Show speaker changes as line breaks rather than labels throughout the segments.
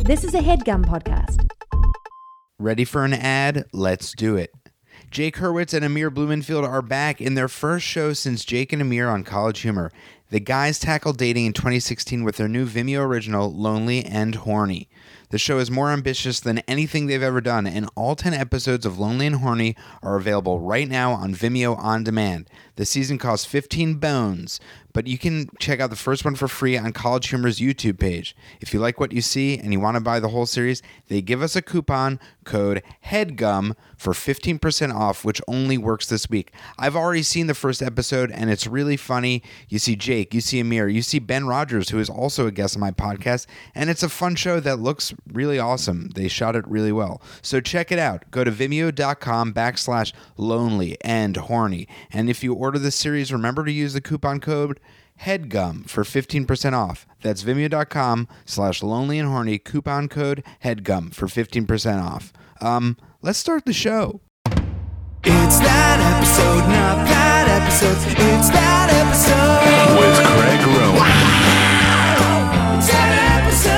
This is a headgum podcast.
Ready for an ad? Let's do it. Jake Hurwitz and Amir Blumenfield are back in their first show since Jake and Amir on College Humor. The guys tackled dating in 2016 with their new Vimeo original, Lonely and Horny. The show is more ambitious than anything they've ever done, and all 10 episodes of Lonely and Horny are available right now on Vimeo On Demand. The season costs 15 bones, but you can check out the first one for free on College Humor's YouTube page. If you like what you see and you want to buy the whole series, they give us a coupon code HEADGUM for 15% off, which only works this week. I've already seen the first episode and it's really funny. You see Jake, you see Amir, you see Ben Rogers, who is also a guest on my podcast, and it's a fun show that looks really awesome. They shot it really well. So check it out. Go to vimeo.com backslash lonely and horny. And if you order the series, remember to use the coupon code HEADGUM for 15% off. That's vimeo.com slash lonely and horny, coupon code HEADGUM for 15% off. Um, let's start the show.
It's that episode, not that episode. It's that episode.
with Craig Rowan.
It's that episode.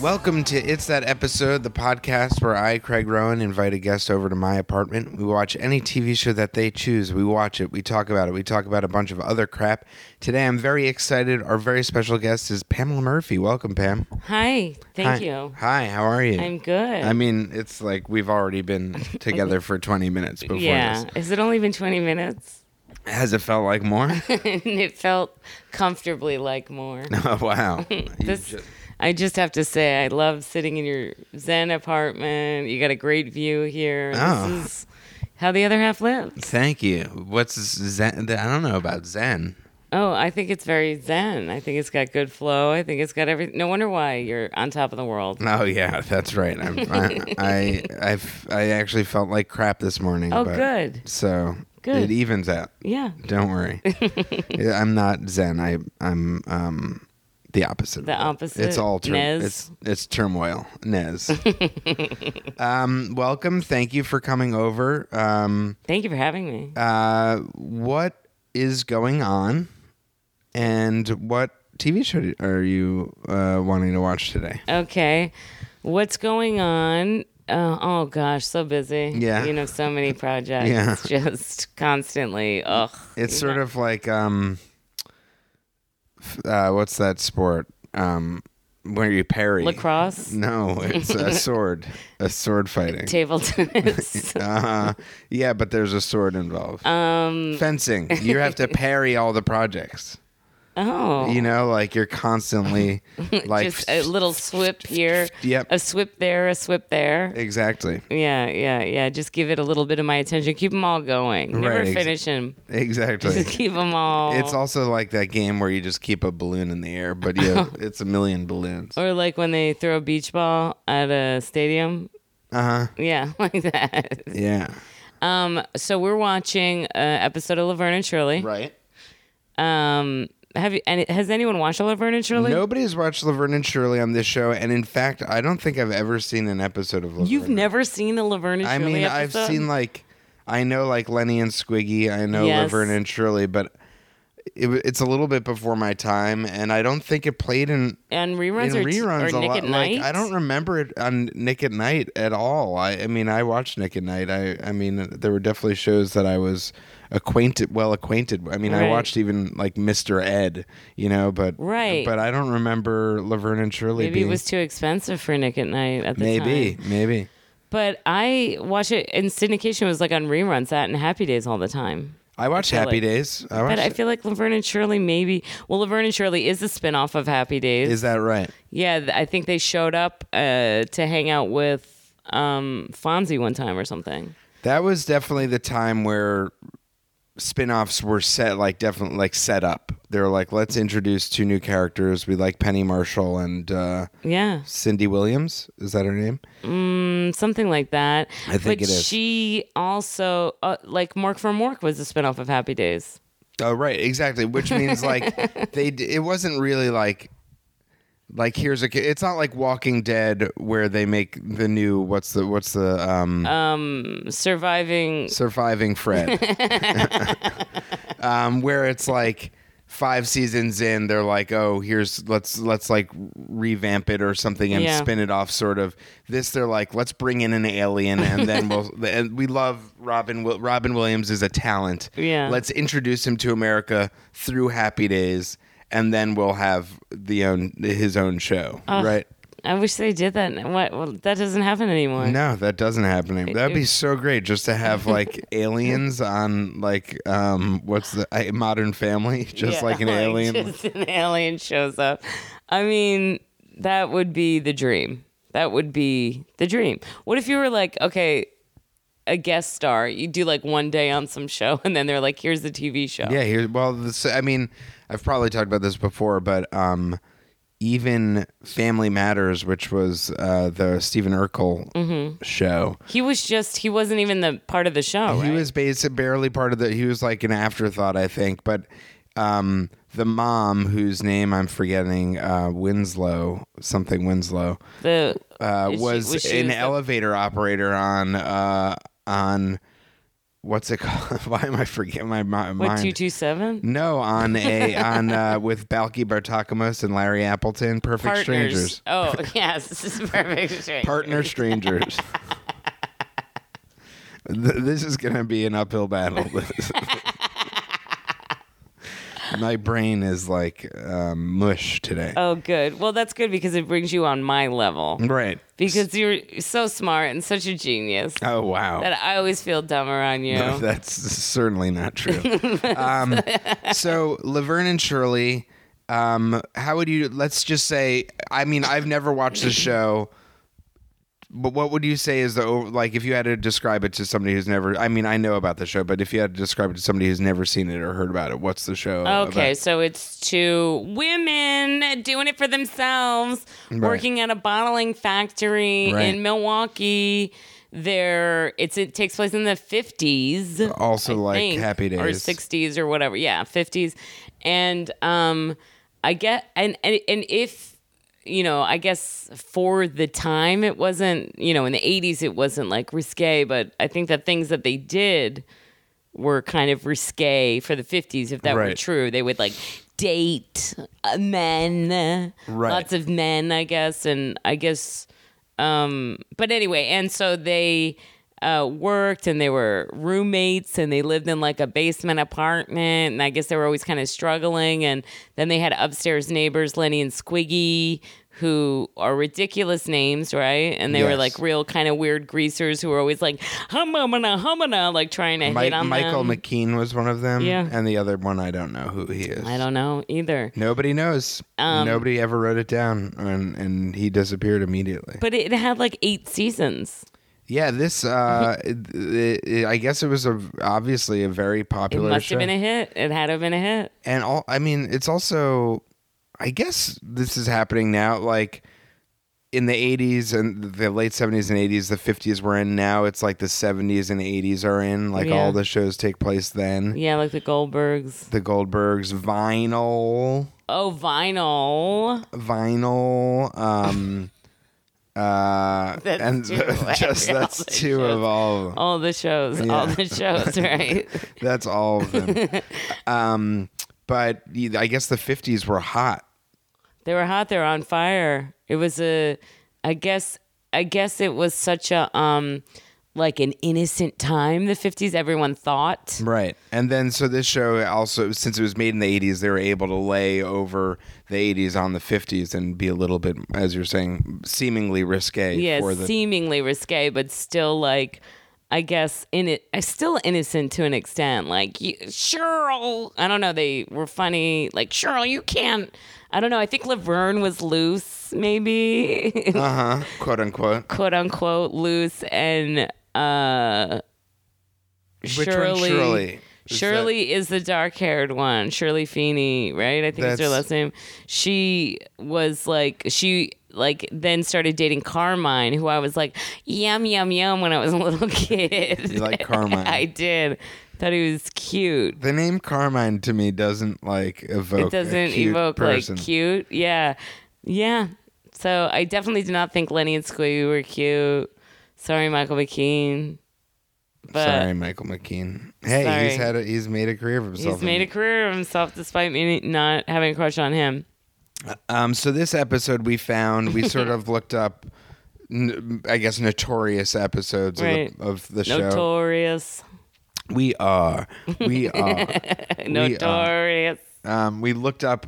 Welcome to It's That Episode, the podcast where I, Craig Rowan, invite a guest over to my apartment. We watch any TV show that they choose. We watch it. We talk about it. We talk about a bunch of other crap. Today, I'm very excited. Our very special guest is Pamela Murphy. Welcome, Pam.
Hi,
Hi.
thank you.
Hi, how are you?
I'm good.
I mean, it's like we've already been together for 20 minutes before
yeah.
this.
Has it only been 20 minutes?
Has it felt like more?
and it felt comfortably like more.
oh, wow. You
This,
just-
I just have to say, I love sitting in your Zen apartment. You got a great view here.
Oh.
This is how the other half lives.
Thank you. What's Zen? I don't know about Zen.
Oh, I think it's very Zen. I think it's got good flow. I think it's got everything. No wonder why you're on top of the world.
Oh yeah, that's right. I'm, I I I've, I actually felt like crap this morning.
Oh,
but-
good.
So
Good.
it evens out.
Yeah.
Don't worry. Yeah, I'm not zen. I I'm um the opposite. of
The
that.
opposite?
It's all tur-
Nez?
It's it's turmoil. Nez. um, welcome. Thank you for coming over. Um,
Thank you for having me.
uh, what is going on, and what TV show are you uh, wanting to watch today?
Okay. What's going on? Uh, oh gosh, so busy.
Yeah.
You know, so many projects.
Yeah.
It's Just constantly. Ugh.
It's sort of like um, f- uh, what's that sport? Um, where you parry
Lacrosse,
No, it's a sword, a sword fighting.
table tennis.
Uh, yeah, but there's a sword involved. Um, fencing. You have to parry all the projects.
oh.
You know, like you're constantly like
just uh, a little swip here,
Yep.
a swip there, a swip there.
exactly,
Yeah, yeah, yeah. Just give it a little bit of my attention. Keep them all going. Never
Right, ex-
finish them.
exactly.
Just keep them all.
It's also like that game where you just keep a balloon in the air, but yeah, it's a million balloons.
Or like when they throw a beach ball at a stadium.
Uh huh.
Yeah, like that.
Yeah.
Um, so we're watching an episode of Laverne and Shirley.
Right.
Um, have you? Any, has anyone watched Laverne and Shirley?
Nobody's watched Laverne and Shirley on this show, and in fact, I don't think I've ever seen an episode of Laverne.
You've never seen a Laverne and
I
Shirley
mean,
episode?
I've seen like I know like Lenny and Squiggy, I know
Yes.
Laverne and Shirley, but it, w- it's a little bit before my time, and I don't think it played in.
and
In
reruns or,
reruns
or
a
Nick
lot.
at Night.
Like I don't remember it on Nick at Night at all. I, I mean, I watched Nick at Night. I, I mean, there were definitely shows that I was acquainted, well acquainted. I mean, I
Right.
watched even like Mr. Ed, you know, but
Right.
But I don't remember Laverne and Shirley.
Maybe
being,
it was too expensive for Nick at Night at the
maybe,
time.
maybe.
But I watch it in syndication. It was like on reruns, that and Happy Days all the time.
I watched
feel
Happy
like-
Days. I watched.
But I feel like Laverne and Shirley maybe. Well, Laverne and Shirley is a spinoff of Happy Days.
is that right?
yeah, th- I think they showed up uh, to hang out with um, Fonzie one time or something.
That was definitely the time where spin-offs were set like definitely like set up. They were like, let's introduce two new characters. We like Penny Marshall and uh,
Yeah. mm,
Cindy Williams. Is that her name?
something like that.
I think
but
it is.
She also uh, like Mork for Mork was a spinoff of Happy Days.
Oh, right, exactly. Which means like they d- it wasn't really like like here's a ca- it's not like Walking Dead where they make the new what's the what's the um
Surviving
surviving Fred, um, where it's like five seasons in, they're like, "Oh, here's let's let's like revamp it or something and
Yeah.
spin it off." Sort of this, they're like, "Let's bring in an alien and then we'll." And we love Robin. Wi- Robin Williams is a talent.
Yeah.
let's introduce him to America through Happy Days, and then we'll have the own his own show, right?
I wish they did that. And What? Well, that doesn't happen anymore.
No, that doesn't happen. anymore. That'd be so great just to have like aliens on like um what's the I, Modern Family, just
Yeah,
like an alien.
Just an alien shows up. I mean, that would be the dream. That would be the dream. What if you were like, okay, a guest star? You do like one day on some show, and then they're like, here's the TV show.
Yeah, here. Well, this, I mean, I've probably talked about this before, but um, even Family Matters, which was uh, the Stephen Urkel
Mm-hmm.
show,
He was just, he wasn't even the part of the show.
he
right?
was basically barely part of the. He was like an afterthought, I think. But um, the mom, whose name I'm forgetting, uh, Winslow, something Winslow,
the,
uh,
is she-
was,
she
an
the-
elevator operator on uh, on what's it called? Why am I forgetting my, my
What,
mind?
227?
No, on a on uh, with Balky Bartakamos and Larry Appleton, Perfect Strangers,
Oh, yes. This is perfect strangers.
partner strangers. Th- this is gonna be an uphill battle. my brain is like um, mush today.
Oh, good. Well, that's good because it brings you on my level.
Right.
Because you're so smart and such a genius
Oh wow.
that I always feel dumber on you.
No, that's certainly not true. um, so Laverne and Shirley, um, how would you? Let's just say. I mean, I've never watched the show, but what would you say is the o- like if you had to describe it to somebody who's never? I mean, I know about the show, but if you had to describe it to somebody who's never seen it or heard about it, what's the show?
Okay, so it's two women doing it for themselves, working at a bottling factory
Right.
in Milwaukee. There, it's it takes place in the fifties.
about? Also, like
think,
Happy Days.
or 60s or whatever yeah 50s and um i get and, and and if you know i guess for the time it wasn't you know in the 80s it wasn't like risque but i think that things that they did were kind of risque for the 50s if that were
Right.
true they would like date uh, men
Right.
lots of men i guess and i guess um but anyway and so they uh worked and they were roommates and they lived in like a basement apartment and i guess they were always kind of struggling and then they had upstairs neighbors lenny and squiggy who are ridiculous names right and they were
Yes.
like real kind of weird greasers who were always like humana humana like trying to
Mi-
hit on
Michael
them
McKean was one of them,
Yeah.
and the other one I don't know who he is.
i don't know either
Nobody knows.
Um,
Nobody ever wrote it down, and and he disappeared immediately.
but it had like eight seasons
yeah, this. Uh, it- it- it- I guess it was a obviously a very
it
popular
must
show,
have been a hit it had to have been a hit
and all. I mean, it's also. I guess this is happening now, like. In the 80s and the late 70s and 80s, the 50s we're in now. It's like the 70s and 80s are in. Like
Yeah.
all the shows take place then.
yeah like the goldbergs
The Goldbergs, Vinyl.
Oh, vinyl.
vinyl um uh
That's
and
two.
just
Every- all
that's
the
two
shows.
of all of them.
All the shows, all the shows, right?
that's all of them um but y- i guess the 50s were hot
they were hot. They were on fire. It was a, I guess, I guess it was such a, um, like an innocent time. The fifties, everyone thought.
right and then so this show also since it was made in the 80s they were able to lay over the 80s on the 50s and be a little bit as you're saying seemingly risque
Yeah,
for the
seemingly risque, but still like, I guess in it, I still innocent to an extent. Like you, Cheryl, I don't know. They were funny. Like Cheryl, you can't. I don't know. I think Laverne was loose, maybe.
uh-huh quote unquote
quote unquote loose and uh
Which
Shirley.
one's Shirley? Is
Shirley is the dark haired one. Shirley Feeney, right? I think is her
That's-
last name. She was like she like then started dating Carmine, who I was like, yum yum yum when I was a little kid.
You like Carmine.
I did. Thought he was cute.
the name carmine to me doesn't like evoke
It doesn't
a cute
evoke
person.
like cute. Yeah. Yeah. So I definitely do not think Lenny and Squiggy were cute. Sorry, Michael McKean. But
Sorry, Michael McKean. Hey, he's
Sorry.
had a, he's made a career for himself.
he's made a career of himself despite me not having a crush on him.
Um, so this episode we found we sort of looked up, n- I guess, notorious episodes
Right.
of the, of the show.
Notorious.
we are, we are, we um, are.
Notorious.
Um, we looked up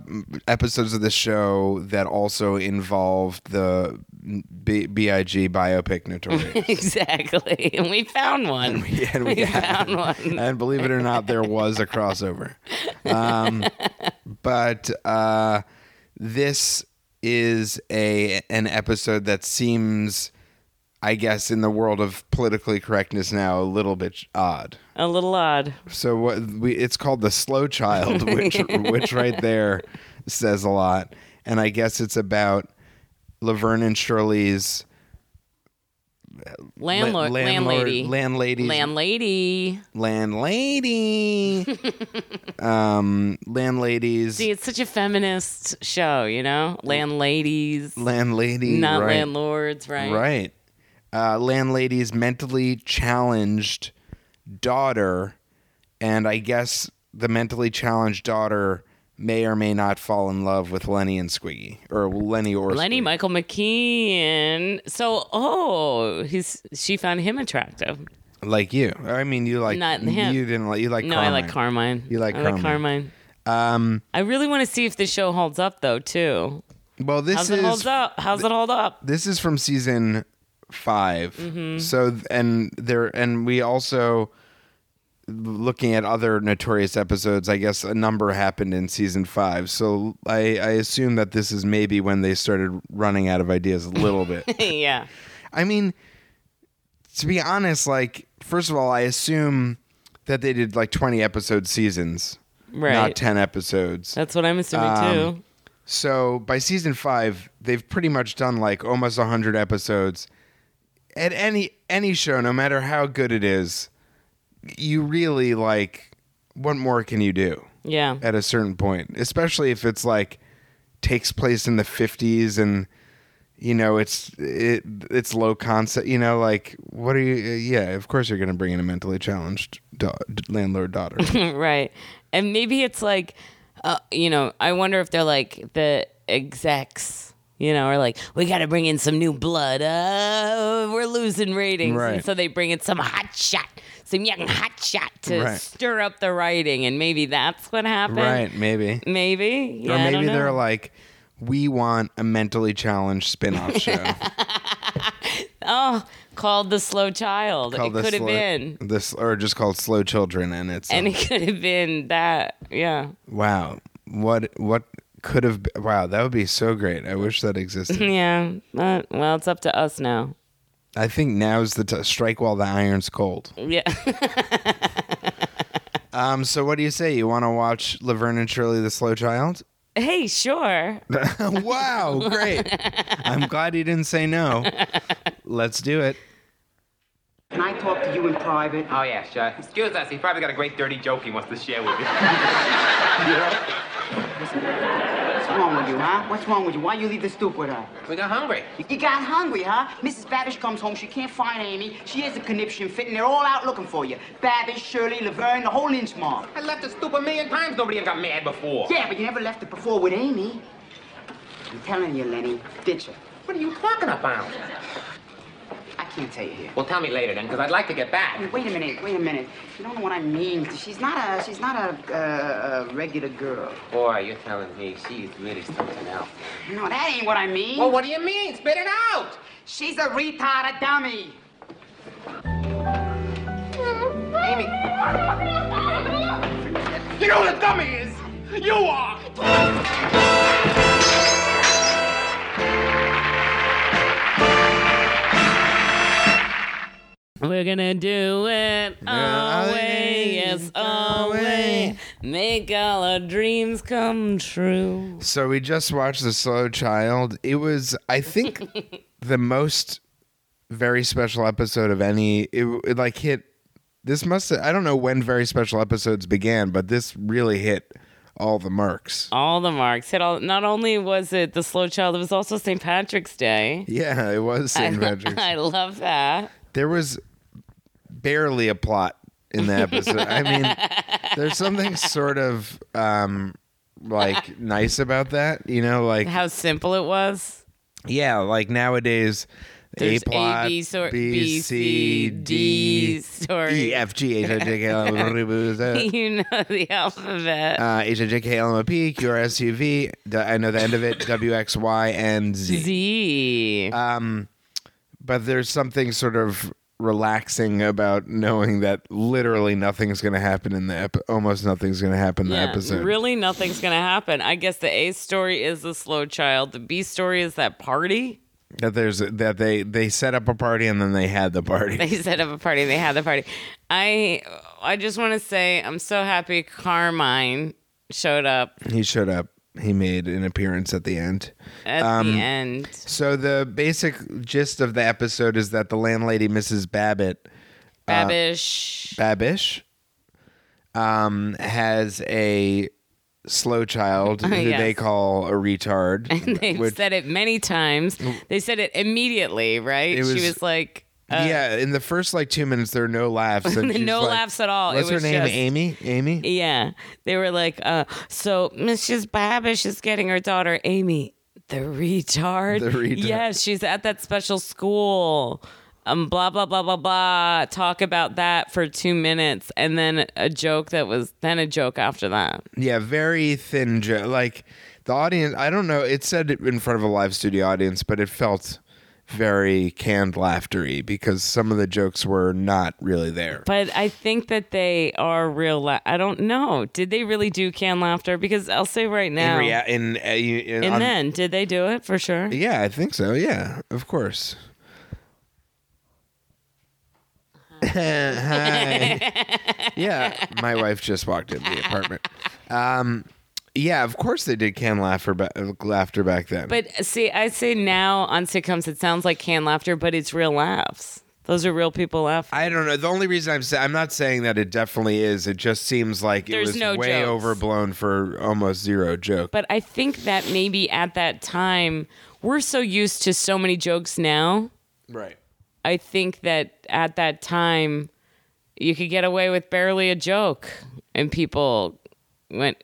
episodes of the show that also involved the B- Big biopic Notorious.
Exactly. And we found one.
and we,
found one.
And believe it or not, there was a crossover. Um, but uh, this is a an episode that seems, I guess, in the world of politically correctness now, a little bit odd.
A little odd.
So what we it's called the slow child, which which right there says a lot. And I guess it's about Laverne and Shirley's la-
Landlord.
landlord-
landlady.
landlady's
landlady.
landlady um landladies
See, it's such a feminist show, you know? Landladies,
landlady
not
right,
landlords, right?
right uh landlady's mentally challenged daughter and i guess the mentally challenged daughter may or may not fall in love with lenny and squiggy or lenny or
Lenny
Squiggy.
Michael McKean. So, oh, he's she found him attractive.
like you i mean you like
Not him.
you didn't like you like
no, I like
Carmine.
Carmine.
You like
I like
Carmine.
Carmine. Um, I really want to see if this show holds up, though. Too.
well this
How's
is
it holds up? How's it hold up?
this is from season 5 So th- and there and we also looking at other notorious episodes. I guess a number happened in season five. So I, I assume that this is maybe when they started running out of ideas a little bit.
yeah.
I mean, to be honest, like first of all, I assume that they did like twenty episode seasons, not
Right.
ten episodes.
That's what I'm assuming
Um,
too.
So by season five, they've pretty much done like almost hundred episodes. At any any show, no matter how good it is, you really like what more can you do
Yeah.
at a certain point? Especially if it's like takes place in the fifties and you know it's it it's low concept. You know, like what are you? Yeah, of course you're gonna bring in a mentally challenged da- landlord daughter.
right. And maybe it's like, uh, you know, I wonder if they're like the execs, you know, are like, we got to bring in some new blood. Uh, we're losing ratings.
Right.
And so they bring in some hot shot, some young hot shot to
Right.
stir up the writing. And maybe that's what happened.
right? Maybe.
Maybe. Yeah,
or
I
maybe
don't
they're
know.
like, we want a mentally challenged spin-off show
oh, called The Slow Child.
called
it could have
Slow-
been.
this, or just called Slow Children, and it's
And
um,
it could have been that. Yeah.
wow, what what could have been, wow, that would be so great. I wish that existed.
Yeah. Uh, well, it's up to us now.
I think now's the t- strike while the iron's cold.
Yeah.
Um, so what do you say? You want to watch Laverne and Shirley, The Slow Child?
hey, sure.
wow, great! I'm glad you didn't say no. Let's do it.
Can I talk to you in private?
Oh, yeah, sure. Excuse us. He's probably got a great dirty joke he wants to share with you.
What's wrong with you, huh? What's wrong with you? Why you leave the stoop with her?
we got hungry.
You got hungry, huh? Mrs. Babish comes home. She can't find Amy. She has a conniption fit, and they're all out looking for you. Babish, Shirley, Laverne, the whole lynch mob.
I left the stoop a million times. Nobody ever got mad before.
Yeah, but you never left it before with Amy. I'm telling you, Lenny, ditch her.
What are you talking about?
I can't tell you here.
Well, tell me later then, because I'd like to get back.
Wait a minute, wait a minute. You don't know what I mean. She's not a, she's not a, uh, a regular girl.
Boy, you're telling me she's really something else.
No, that ain't what I mean.
Well, what do you mean? Spit it out!
She's a retarded dummy. Amy.
You know who the dummy is? You are!
We're gonna do it our
always,
way, yes,
our
our
way.
way. Make all our dreams come true.
So we just watched The Slow Child. It was, I think, the most very special episode of any. It, it like hit. This must. I don't know when very special episodes began, but this really hit all the marks.
All the marks hit all. Not only was it the slow child, it was also St. Patrick's Day.
Yeah, it was St. Patrick's.
I love that.
There was barely a plot in the episode. I mean, there's something sort of um, like nice about that, you know, like
How simple it was.
yeah, like nowadays. A
There's
plot,
A, B, sor-
B, C, D,
story.
E, F, G, H, I, J, K, L, M, N, O, P, Q, R, S, T, U, V,
you know the alphabet.
uh, H, I, J, K, L, M, N, O, P, Q, R, S, U, V, D- I know the end of it, W, X, Y, and
Z.
but there's something sort of relaxing about knowing that literally nothing's going to happen in the ep- almost nothing's going to happen in
Yeah,
the episode.
Really, nothing's gonna happen. I guess the A story is the slow child. The B story is that party.
That there's that they they set up a party and then they had the
They
party.
set up a party. They had the party. I I just want to say I'm so happy Carmine showed up
he showed up. He made an appearance at the end.
at
Um,
the end.
So the basic gist of the episode is that the landlady Mrs. Babbitt uh,
Babish.
Babish um has a slow child who
Oh, Yes.
they call a retard.
They've
which-
said it many times. They said it immediately, right?
It
she
was-
was like,
yeah, in the first like two minutes, there are no laughs. And she's
uh, no
like-
laughs at all. It
What's
was
her name?
just-
Amy. Amy.
yeah. They were like, uh, so Mrs. Babish is getting her daughter, Amy, the retard.
The retard.
Yes, she's at that special school. Um, blah, blah, blah, blah, blah. Talk about that for two minutes. And then a joke that was, then a joke after that.
Yeah, very thin. Jo- like the audience, I don't know. It said it in front of a live studio audience, but it felt very canned laughter-y because some of the jokes were not really there.
But I think that they are real. La- I don't know. Did they really do can laughter? Because I'll say right now.
In rea- in, uh, you- in-
and
on-
then, did they do it for sure?
yeah, I think so. Yeah, of course. Uh-huh. Hi. yeah, my wife just walked in the apartment. Um, yeah, of course they did can laughter, ba- laughter back then.
But see, I say now on sitcoms, it sounds like canned laughter, but it's real laughs. Those are real people laughing.
I don't know. The only reason I'm saying I'm not saying that it definitely is. It just seems like it
There's
was
no
way
jokes.
overblown for almost zero joke.
but I think that maybe at that time, we're so used to so many jokes now.
right.
I think that at that time, you could get away with barely a joke, and people went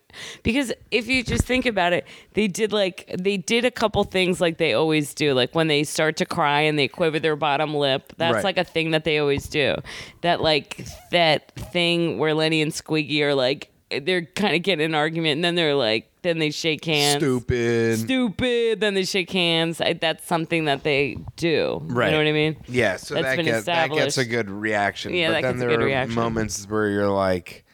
because if you just think about it, they did like they did a couple things like they always do, like when they start to cry and they quiver their bottom lip. That's
Right.
like a thing that they always do. That like that thing where Lenny and Squeaky are like they're kind of getting in an argument, and then they're like then they shake hands
Stupid.
stupid. Then they shake hands. I, that's something that they do.
Right.
You know what I mean?
yeah. So
That's
that
been
gets that gets a
established.
good reaction.
Yeah,
but
that
then
gets a
there
good
are
reaction.
moments where you're like,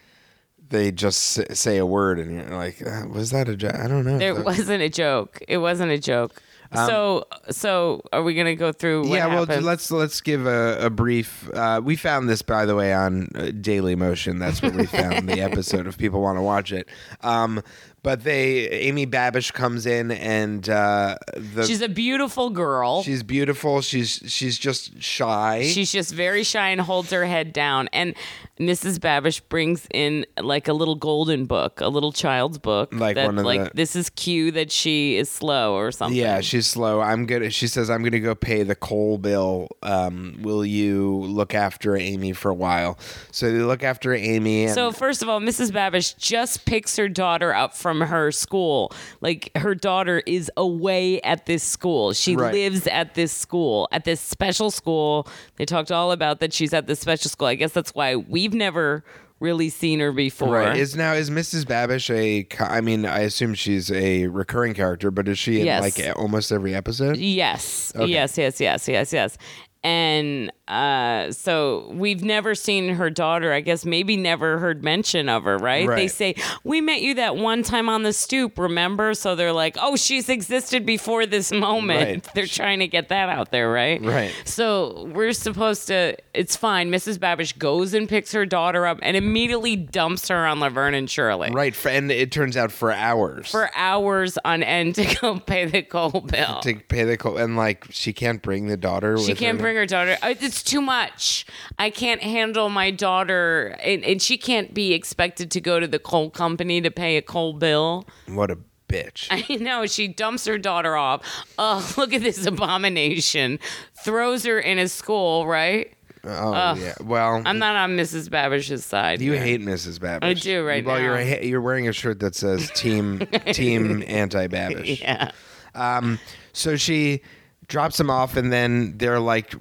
they just s- say a word and you're like, uh, was that a joke? I don't know.
There
That-
wasn't a joke. It wasn't a joke. so, so are we gonna go through? What
Um, yeah, well,
happened?
let's let's give a, a brief. Uh, we found this, by the way, on uh, Daily Motion. That's where we found the episode. If people want to watch it, um, but they Amy Babish comes in and uh, the
She's a beautiful girl.
she's beautiful. She's she's just shy.
She's just very shy and holds her head down. And Mrs. Babish brings in like a little golden book, a little child's book.
Like
that,
one of
like
the-
this is cue that she is slow or something.
yeah, she's slow. I'm gonna. She says, "I'm gonna go pay the coal bill. Um, will you look after Amy for a while?" So they look after Amy. And
So first of all, Mrs. Babish just picks her daughter up from her school. Like her daughter is away at this school. She
Right.
lives at this school, at this special school. They talked all about that she's at this special school. I guess that's why we've never really seen her before.
Right. Is now is Mrs. Babish a? co- I mean, I assume she's a recurring character, but is she in
Yes.
like almost every episode?
Yes. Yes, yes, yes, yes, yes. And uh, so we've never seen her daughter, I guess, maybe never heard mention of her, right? They
Right.
say, We met you that one time on the stoop, remember? So they're like, Oh, she's existed before this moment.
Right.
They're trying to get that out there, right?
Right.
So we're supposed to, it's fine. Mrs. Babish goes and picks her daughter up and immediately dumps her on Laverne and Shirley.
Right. For, and it turns out for hours
For hours on end to go pay the coal bill.
to pay the coal, and like she can't bring the daughter.
She
with
can't
her.
bring her daughter. Uh, It's too much. I can't handle my daughter, and, and she can't be expected to go to the coal company to pay a coal bill.
What a bitch.
I know she dumps her daughter off. Oh, look at this abomination! Throws her in a school, right?
Oh yeah. Well,
I'm not on Mrs. Babish's side.
you
here.
hate Mrs. Babish.
I do right
well, you're
now.
ha- you're wearing a shirt that says "Team Team Anti Babish."
Yeah.
Um, so she drops him off, and then they're like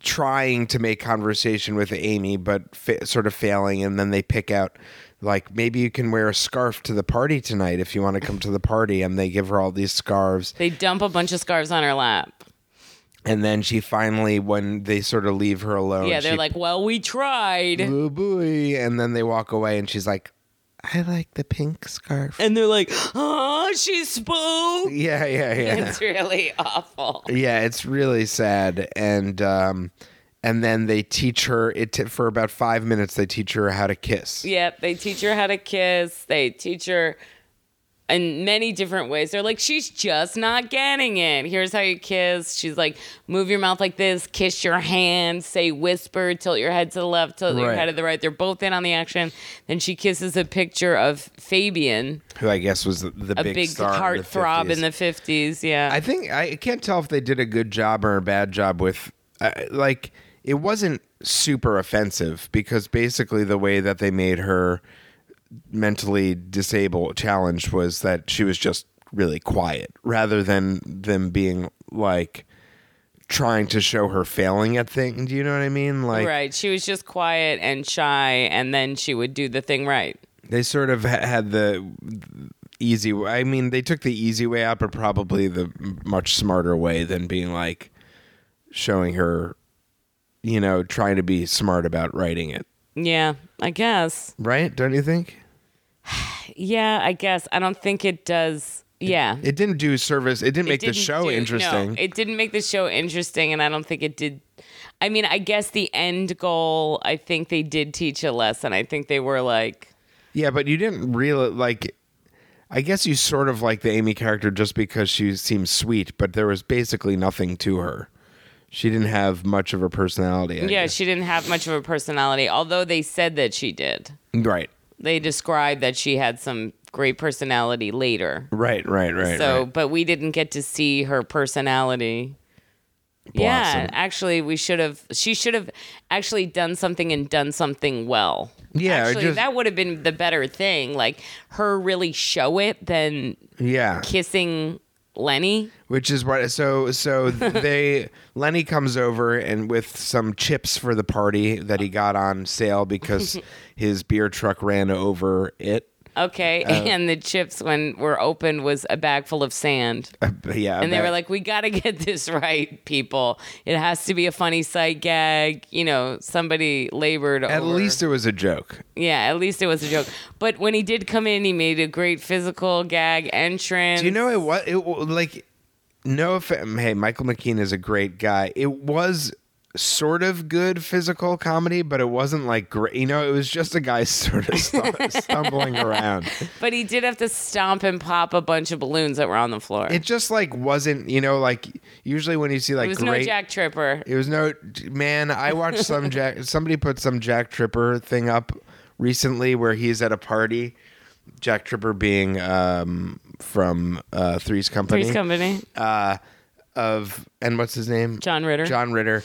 trying to make conversation with Amy, but fa- sort of failing. And then they pick out, like, maybe you can wear a scarf to the party tonight if you want to come to the party. And they give her all these scarves.
They dump a bunch of scarves on her lap.
And then she finally, when they sort of leave her alone,
yeah, they're
Oh, she-
like, "Eh." well, we tried.
"Oh, boy," and then they walk away, and she's like, I like the pink scarf.
and they're like, oh, she spoke.
yeah, yeah, yeah.
It's really awful.
Yeah, it's really sad, and um, and then they teach her it t- for about five minutes. They teach her how to kiss.
Yep, they teach her how to kiss. They teach her in many different ways. They're like, she's just not getting it. Here's how you kiss. She's like, move your mouth like this, kiss your hand, say whisper, tilt your head to the left, tilt your
Right.
head to the right. They're both in on the action. Then she kisses a picture of Fabian,
Who I guess was the, the
a
big,
big,
star in the
heartthrob
50s.
in the 50s. Yeah.
I think I can't tell if they did a good job or a bad job with, uh, like, it wasn't super offensive because basically the way that they made her mentally disabled challenged was that she was just really quiet rather than them being like trying to show her failing at things. Do you know what I mean? Like,
right. She was just quiet and shy, and then she would do the thing right.
they sort of ha- had the easy i mean they took the easy way out but probably the much smarter way than being like showing her you know trying to be smart about writing it
Yeah, I guess.
right don't you think
Yeah, I guess. I don't think it does. Yeah.
it didn't do service it didn't make the
didn't
show
do- no,
interesting
it didn't make the show interesting, and I don't think it did. I mean, I guess the end goal, I think they did teach a lesson. I think they were like,
yeah but you didn't really like i guess you sort of like the amy character just because she seems sweet but there was basically nothing to her she didn't have much of a personality I
yeah,
guess.
she didn't have much of a personality, although they said that she did.
right
They described that she had some great personality later.
right right right
so,
right.
but we didn't get to see her personality. Yeah,
Blossom.
actually, we should have. She should have actually done something and done something well.
Yeah, or
actually,
just-
that would have been the better thing. Like her really show it than
yeah
kissing Lenny.
which is what so so they lenny comes over and with some chips for the party that he got on sale because his beer truck ran over it
Okay,
Uh,
and the chips when were opened was a bag full of sand,
But yeah
and they were
that-
like, "We got to get this right, people. It has to be a funny sight gag. You know, somebody labored
at
over-
least it was a joke
Yeah, at least it was a joke. But when he did come in, he made a great physical gag entrance.
do you know it was it wa- like no offense hey michael mckean is a great guy it was sort of good physical comedy but it wasn't like great you know it was just a guy sort of stu- stumbling around
But he did have to stomp and pop a bunch of balloons that were on the floor.
it just like wasn't you know like usually when you see like
It was
great
no Jack Tripper.
It was no man. I watched some Jack. Somebody put some Jack Tripper thing up recently where he's at a party. Jack Tripper being um, from uh, Three's Company.
Three's Company.
Uh, of and what's his name?
John Ritter.
John Ritter.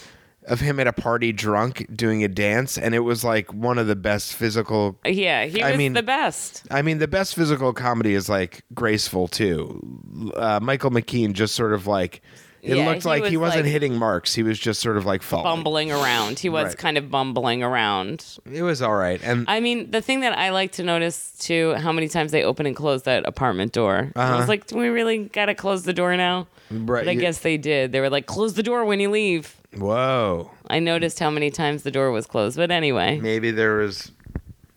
Of him at a party drunk doing a dance, and it was like one of the best physical.
Yeah, he
I
was
mean-
the best.
I mean, the best physical comedy is like graceful too. Uh, Michael McKean just sort of like it
Yeah,
looked
he
like he
was,
wasn't
like,
hitting marks. He was just sort of like falling.
Bumbling around. He was
Right.
kind of bumbling around.
It was all right, and
I mean, the thing that I like to notice too, how many times they open and close that apartment door. I was like, do we really got to close the door now?
Uh-huh. Right,
But I
you-
guess they did. They were like, close the door when you leave.
Whoa.
I noticed how many times the door was closed. But anyway.
Maybe there was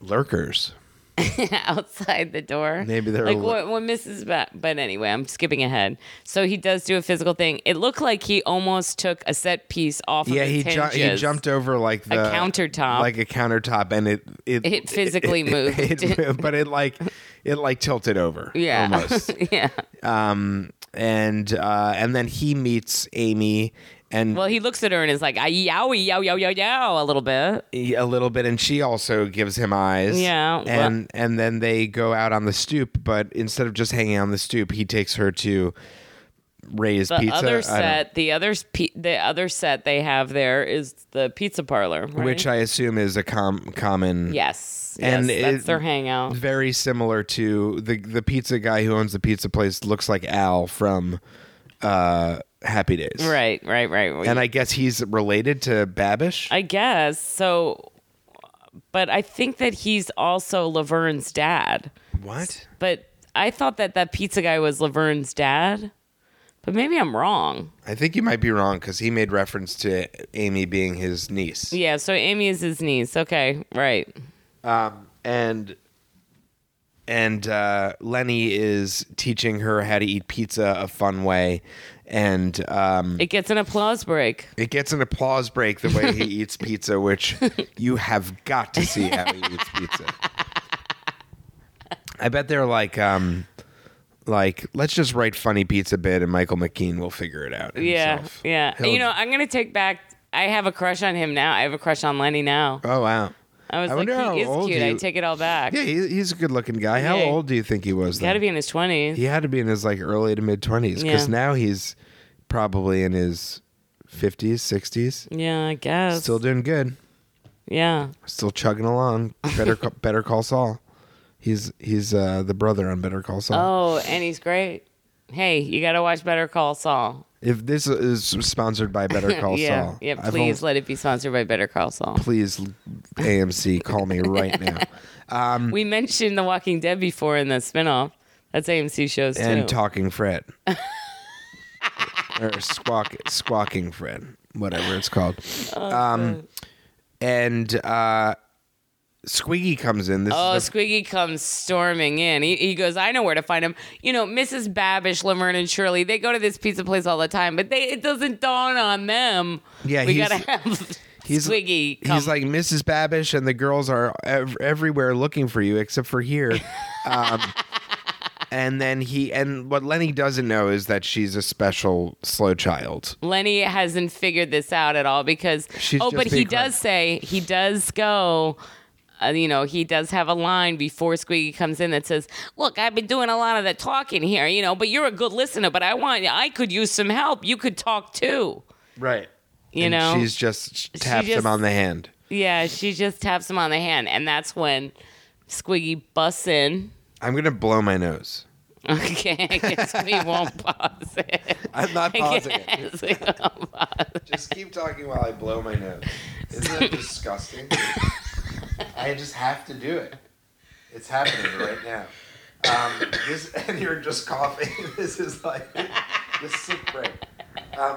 lurkers.
outside the door.
Maybe they're
like
a li-
what, what Mrs. Ba- but anyway, I'm skipping ahead. So he does do a physical thing. It looked like he almost took a set piece off.
Yeah,
of
he
his
ju- he
hinges.
jumped over like the
countertop.
like a countertop, and it it,
It physically moved.
it moved, but it like it like tilted over.
Yeah,
almost.
yeah.
um, and uh, and then he meets Amy and
Well, he looks at her and is like, "I yow yow yow yow yow" a little bit.
a little bit, and she also gives him eyes.
Yeah, well-
and and then they go out on the stoop, but instead of just hanging on the stoop, he takes her to Ray's
the
Pizza. I
other
don't-
set, the other sp- the other set they have there is the pizza parlor, right?
which I assume is a com- common.
yes,
And
yes, that's
it-
their hangout.
Very similar to the the pizza guy who owns the pizza place looks like Al from uh, Happy Days.
Right, right, right.
And I guess he's related to Babish.
I guess so. But I think that he's also Laverne's dad.
what?
But I thought that that pizza guy was Laverne's dad. But maybe I'm wrong.
I think you might be wrong because he made reference to Amy being his niece.
Yeah. So Amy is his niece. Okay. Right.
and and uh, Lenny is teaching her how to eat pizza a fun way, and um,
It gets an applause break.
it gets an applause break the way he eats pizza, which you have got to see how he eats pizza. I bet they're like, um, like let's just write funny pizza bit, and Michael McKean will figure it out.
Yeah.
himself.
Yeah.
He'll-
you know, I'm gonna take back. I have a crush on him now. I have a crush on Lenny now.
Oh wow.
I was
I
like,
wonder how
he is
old
cute.
he-
I take it all back.
Yeah, he, he's a good-looking guy. How
Yeah.
old do you think he was?
He's got to be in his twenties.
he had to be in his like early to mid 20s because
Yeah.
now he's probably in his 50s 60s
Yeah, I guess.
still doing good
yeah.
still chugging along better Ca- better call saul he's he's uh the brother on better call saul
Oh, and he's great. Hey, you got to watch Better Call Saul.
if this is sponsored by better call
yeah,
saul
yeah.
I've
Please
only-
let it be sponsored by Better Call Saul.
please amc call me right now Mm.
We mentioned The Walking Dead before in the spinoff. That's AMC shows too.
and talking fred or squawk squawking fred whatever it's called
Oh,
um and uh squiggy comes in this
Oh,
is the
Squiggy comes storming in. He, he goes, I know where to find him. You know, Mrs. Babish, Laverne, and Shirley, they go to this pizza place all the time, but they it doesn't dawn on them.
Yeah,
we
he's-
got to have
he's-
Squiggy come.
He's like Mrs. Babish, and the girls are ev- everywhere looking for you, except for here. Um, and then he and what Lenny doesn't know is that she's a special slow child.
Lenny hasn't figured this out at all because
She's
oh,
just
but he
being
does say he does go. Uh, you know, he does have a line before Squeaky comes in that says, "Look, I've been doing a lot of the talking here, you know, but you're a good listener. But I want, I could use some help. You could talk too,
Right.
you know."
she's just taps
just-
him on the hand.
yeah, she just taps him on the hand, and that's when Squiggy busts in.
I'm gonna blow my nose.
Okay, I guess we won't pause it.
I'm not pausing it.
Yes, we won't pause.
Just keep talking while I blow my nose. Isn't that disgusting? I just have to do it. It's happening right now. Um, this, and you're just coughing. This is like the sick break. Um,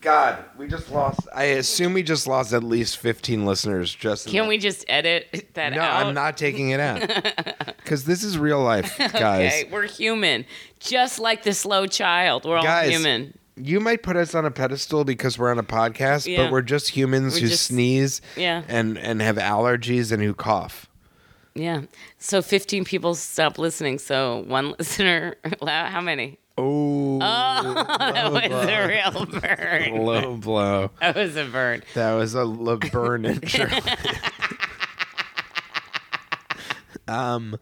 God, we just lost. I assume we just lost at least 15 listeners. Just in
Can
that-
we just edit that
No,
out?
I'm not taking it out because this is real life, guys.
Okay, we're human, just like the slow child. We're all
Guys,
human.
you might put us on a pedestal because we're on a podcast,
Yeah.
but we're just humans
We're
who
just-
sneeze
Yeah.
and and have allergies and who cough.
Yeah. So 15 people stopped listening. So one listener, how many?
Oh,
That was a real burn.
low blow.
That was a burn.
That was a low burn intro. um, Um,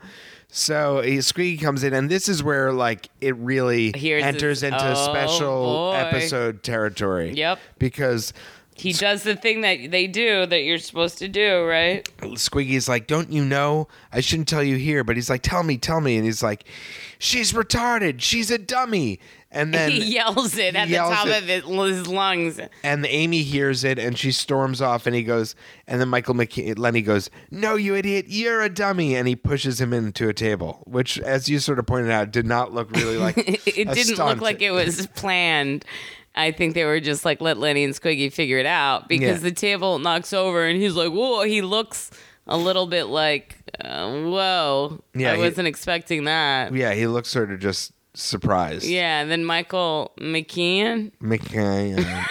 so he- Squeaky comes in, and this is where like it really
Here's
enters
his-
into
oh,
special
boy.
episode territory.
Yep.
because
He does the thing that they do that you're supposed to do, right?
Squiggy's like, "Don't you know? I shouldn't tell you here." But he's like, "Tell me, tell me." And he's like, "She's retarded. She's a dummy." And then
he yells it
he
at
yells
the top
it.
of his, his lungs.
and Amy hears it and she storms off and he goes and then Michael McKe- Lenny goes, "No, you idiot. You're a dummy." And he pushes him into a table, which as you sort of pointed out, did not look really like
It, it
a
didn't
stunt.
look like it was planned. I think they were just like, let Lenny and Squiggy figure it out because
Yeah.
the table knocks over and he's like, whoa, he looks a little bit like, uh, whoa,
Yeah,
I
he-
wasn't expecting that. Yeah.
Yeah, he looks sort of just surprised.
and then Michael McKeon,
McKe-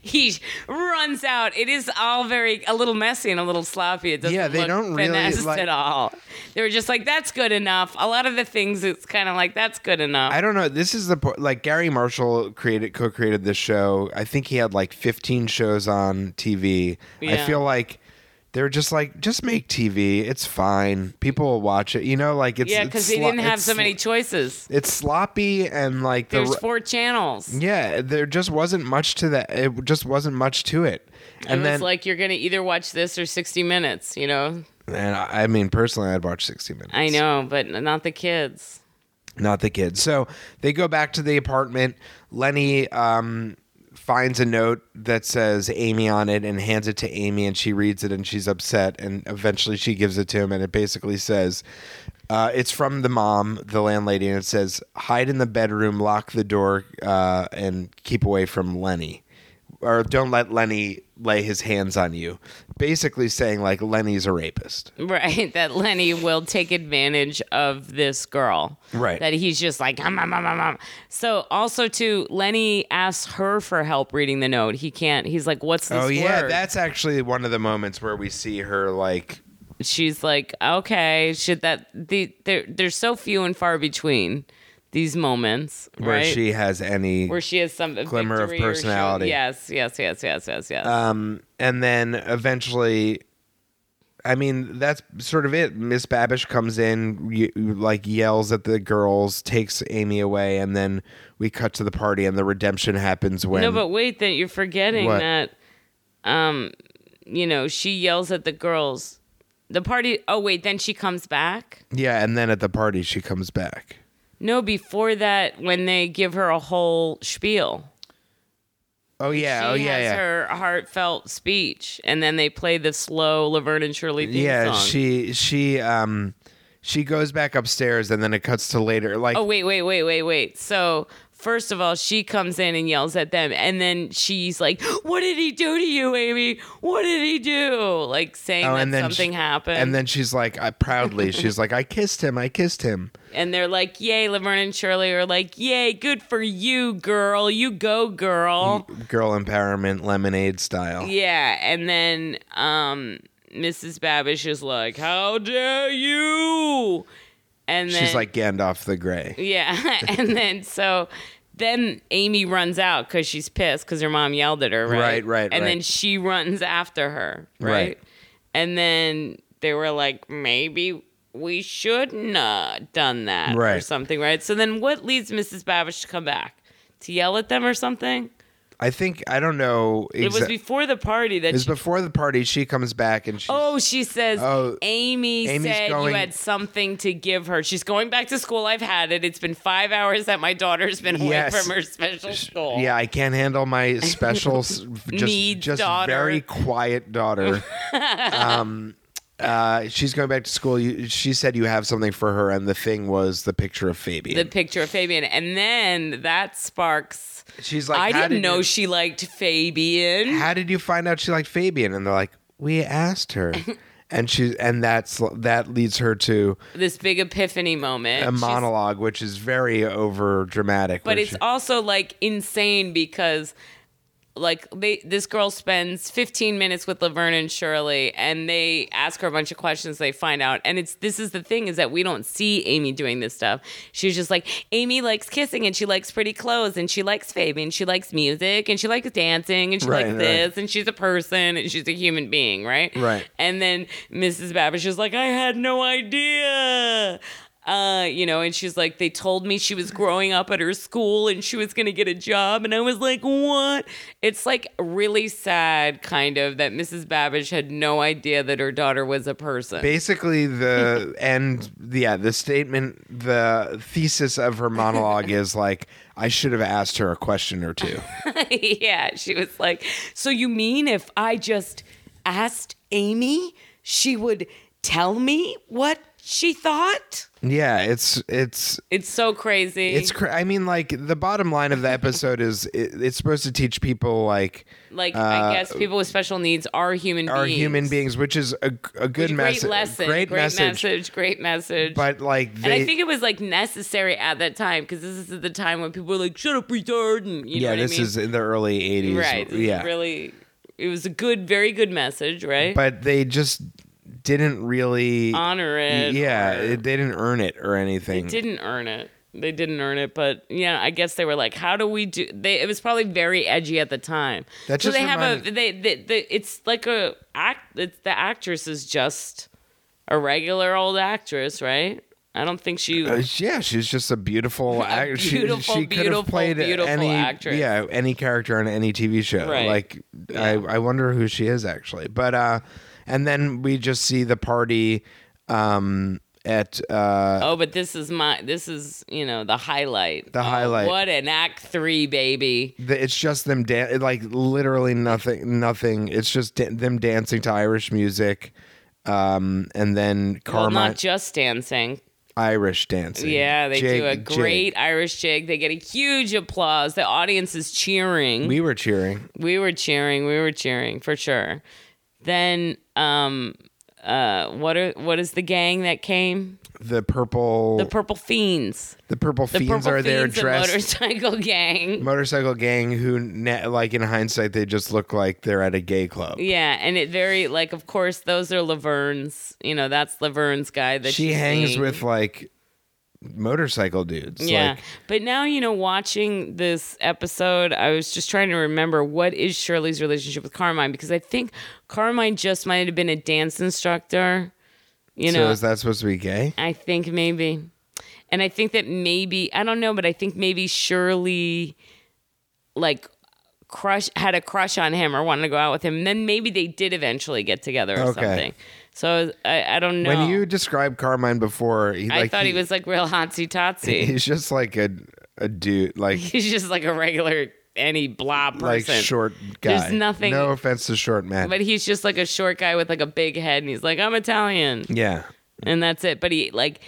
he runs out. It is all very a little messy and a little sloppy. It doesn't
Yeah, they
look
don't really,
finessed
like-
at all. They were just like, "That's good enough." A lot of the things, it's kind of like, "That's good enough."
I don't know. This is the po- like Gary Marshall created co-created this show. I think he had like 15 shows on TV. I
Yeah.
feel like They were just like, just make TV. It's fine. People will watch it. You know, like it's
Yeah,
it's
because they
slo-
didn't have
it's
so many
slo-
choices.
it's sloppy and like the
There's
r-
four channels.
yeah, there just wasn't much to that. It just wasn't much to it. And
And
then
it's like you're gonna either watch this or 60 Minutes. You know,
And I I mean, personally, I'd watch 60 Minutes.
I know, but not the kids.
Not the kids. So they go back to the apartment. Lenny um, finds a note that says Amy on it and hands it to Amy, and she reads it and she's upset. And eventually she gives it to him, and it basically says, uh, It's from the mom, the landlady, and it says, Hide in the bedroom, lock the door, uh, and keep away from Lenny. Or don't let Lenny lay his hands on you. Basically saying, like, Lenny's a rapist.
Right, that Lenny will take advantage of this girl.
Right.
That he's just like, um, um, um, um, um. so also too, Lenny asks her for help reading the note. He can't, he's like, what's this
Oh yeah,
word?
that's actually one of the moments where we see her like
She's like, okay, should that, the, there, there's so few and far between these moments,
where
right?
she has any
Where she has some
Glimmer of
victory or she-
personality. Uh,
Yes, yes, yes, yes, yes, yes.
and then eventually I mean, that's sort of it. Miss Babish comes in, y- like yells at the girls, takes Amy away, and then we cut to the party, and the redemption happens when
No, but wait, that you're forgetting
What?
that, um, you know, she yells at the girls. The party. Oh wait, then she comes back.
yeah, and then at the party she comes back.
No, before that, when they give her a whole spiel.
Oh yeah, oh
she
yeah,
has
yeah.
her heartfelt speech, and then they play the slow Laverne and Shirley theme
yeah,
song.
she she um she goes back upstairs, and then it cuts to later. Like
Oh wait, wait, wait, wait, wait. So first of all, she comes in and yells at them, and then she's like, "What did he do to you, Amy? What did he do?" Like saying
oh,
that something
she-
happened.
And then she's like, I proudly, she's like, I kissed him, I kissed him.
and they're like, "Yay, Laverne and Shirley!" are like, "Yay, good for you, girl! You go, girl!"
Girl empowerment, lemonade style.
Yeah, and then um, Mrs. Babish is like, "How dare you!" And then
She's like Gandalf the Grey.
"Yeah," and then so. Then Amy runs out because she's pissed because her mom yelled at her, right?
Right, right,
And then
right.
she runs after her, right?
Right.
And then they were like, maybe we shouldn't have done that, or
Right.
something, right? So then, what leads Mrs. Babish to come back to yell at them or something?
I think I don't know.
It was
exa-
before the party
it
that.
was
She,
before the party. She comes back and she.
Oh, she says,
Oh,
Amy
Amy's
said
going-
you had something to give her. She's going back to school. I've had it. It's been five hours that my daughter's been away
Yes.
from her special school.
Yeah, I can't handle my special, s- just
Needs
just
daughter.
very quiet daughter. um, uh, she's going back to school. You, she said you have something for her, and the thing was the picture of Fabian.
The picture of Fabian. And then that sparks.
she's like,
I
"How did
didn't know
you-
she liked Fabian.
how did you find out she liked Fabian? And they're like, we asked her. And she and that's that leads her to
this big epiphany moment.
a
She's-
monologue, which is very over dramatic.
but it's also like insane because like they this girl spends 15 minutes with Laverne and Shirley and they ask her a bunch of questions they find out and it's this is the thing is that we don't see Amy doing this stuff. She's just like Amy likes kissing and she likes pretty clothes and she likes Fabian, she likes music and she likes dancing and she
Right,
likes
right.
this and she's a person and she's a human being, right?
Right.
And then Mrs. Babish is like, I had no idea. Uh, you know, and she's like, they told me she was growing up at her school and she was gonna get a job, and I was like, what? It's like really sad, kind of, that Mrs. Babish had no idea that her daughter was a person.
basically the and yeah, the statement, the thesis of her monologue is like, I should have asked her a question or two.
yeah, she was like, so you mean if I just asked Amy, she would tell me what she thought?
yeah, it's it's
It's so crazy.
it's. Cra- I mean, like the bottom line of the episode is it, it's supposed to teach people like
like
uh,
I guess people with special needs are human
are
beings.
human beings, which is a, a good
Great
message,
lesson.
great, message.
Great message.
But like they,
and I think it was like necessary at that time because this is the time when people were like, "Shut up, retard!" And you know
yeah,
what
this
I mean?
is in the early '80s,
right. This is
yeah,
really, it was a good, very good message, right?
but they just didn't really
Honor it.
Yeah,
or-
it, they didn't earn it or
they
anything.
didn't earn it. they didn't earn it, but yeah, I guess they were like, "How do we do?" They it was probably very edgy at the time.
That
so
just
they have a
reminded-
they, they, they it's like a act. It's, the actress is just a regular old actress, right? I don't think she.
Uh, yeah, she's just a beautiful actress. She,
beautiful,
she could have
beautiful,
played
beautiful
any,
actress.
yeah, any character on any TV show.
Right.
Like, I, I wonder who she is actually. But uh, and then we just see the party um at uh
oh, but this is my. This is you know the highlight.
The
Oh,
highlight.
What an act three, baby.
the, it's just them dan- like literally nothing, nothing. It's just da- them dancing to Irish music, um, and then
Well,
Carmine
not just dancing.
Irish dancing.
Yeah, they
Jig-
do a
jig.
great Irish jig. They get a huge applause. The audience is cheering.
We were cheering.
we were cheering we were cheering for sure then um uh what are what is the gang that came
The purple,
the
the,
purple fiends
purple
the
fiends
purple
are there
fiends the
dressed.
motorcycle gang
motorcycle gang who ne- like in hindsight they just look like they're at a gay club
yeah and it very like of course those are laverne's you know that's laverne's guy that
she
she's
hangs
seeing.
with like motorcycle dudes
yeah
like
but now you know watching this episode i was just trying to remember what is shirley's relationship with carmine because i think carmine just might have been a dance instructor you
so
know
is that supposed to be gay
I think maybe. And I think that maybe I don't know, but I think maybe Shirley like crush had a crush on him or wanted to go out with him. And then maybe they did eventually get together or
Okay.
something. So I, I don't know.
when you described carmine before he,
I
like,
thought he, was like real hotsy totsy.
he's just like a a dude like
He's just like a regular any blah person.
like short guy
There's nothing-
no offense to short man
But he's just like a short guy with like a big head and he's like, I'm Italian.
yeah
and that's it. But he like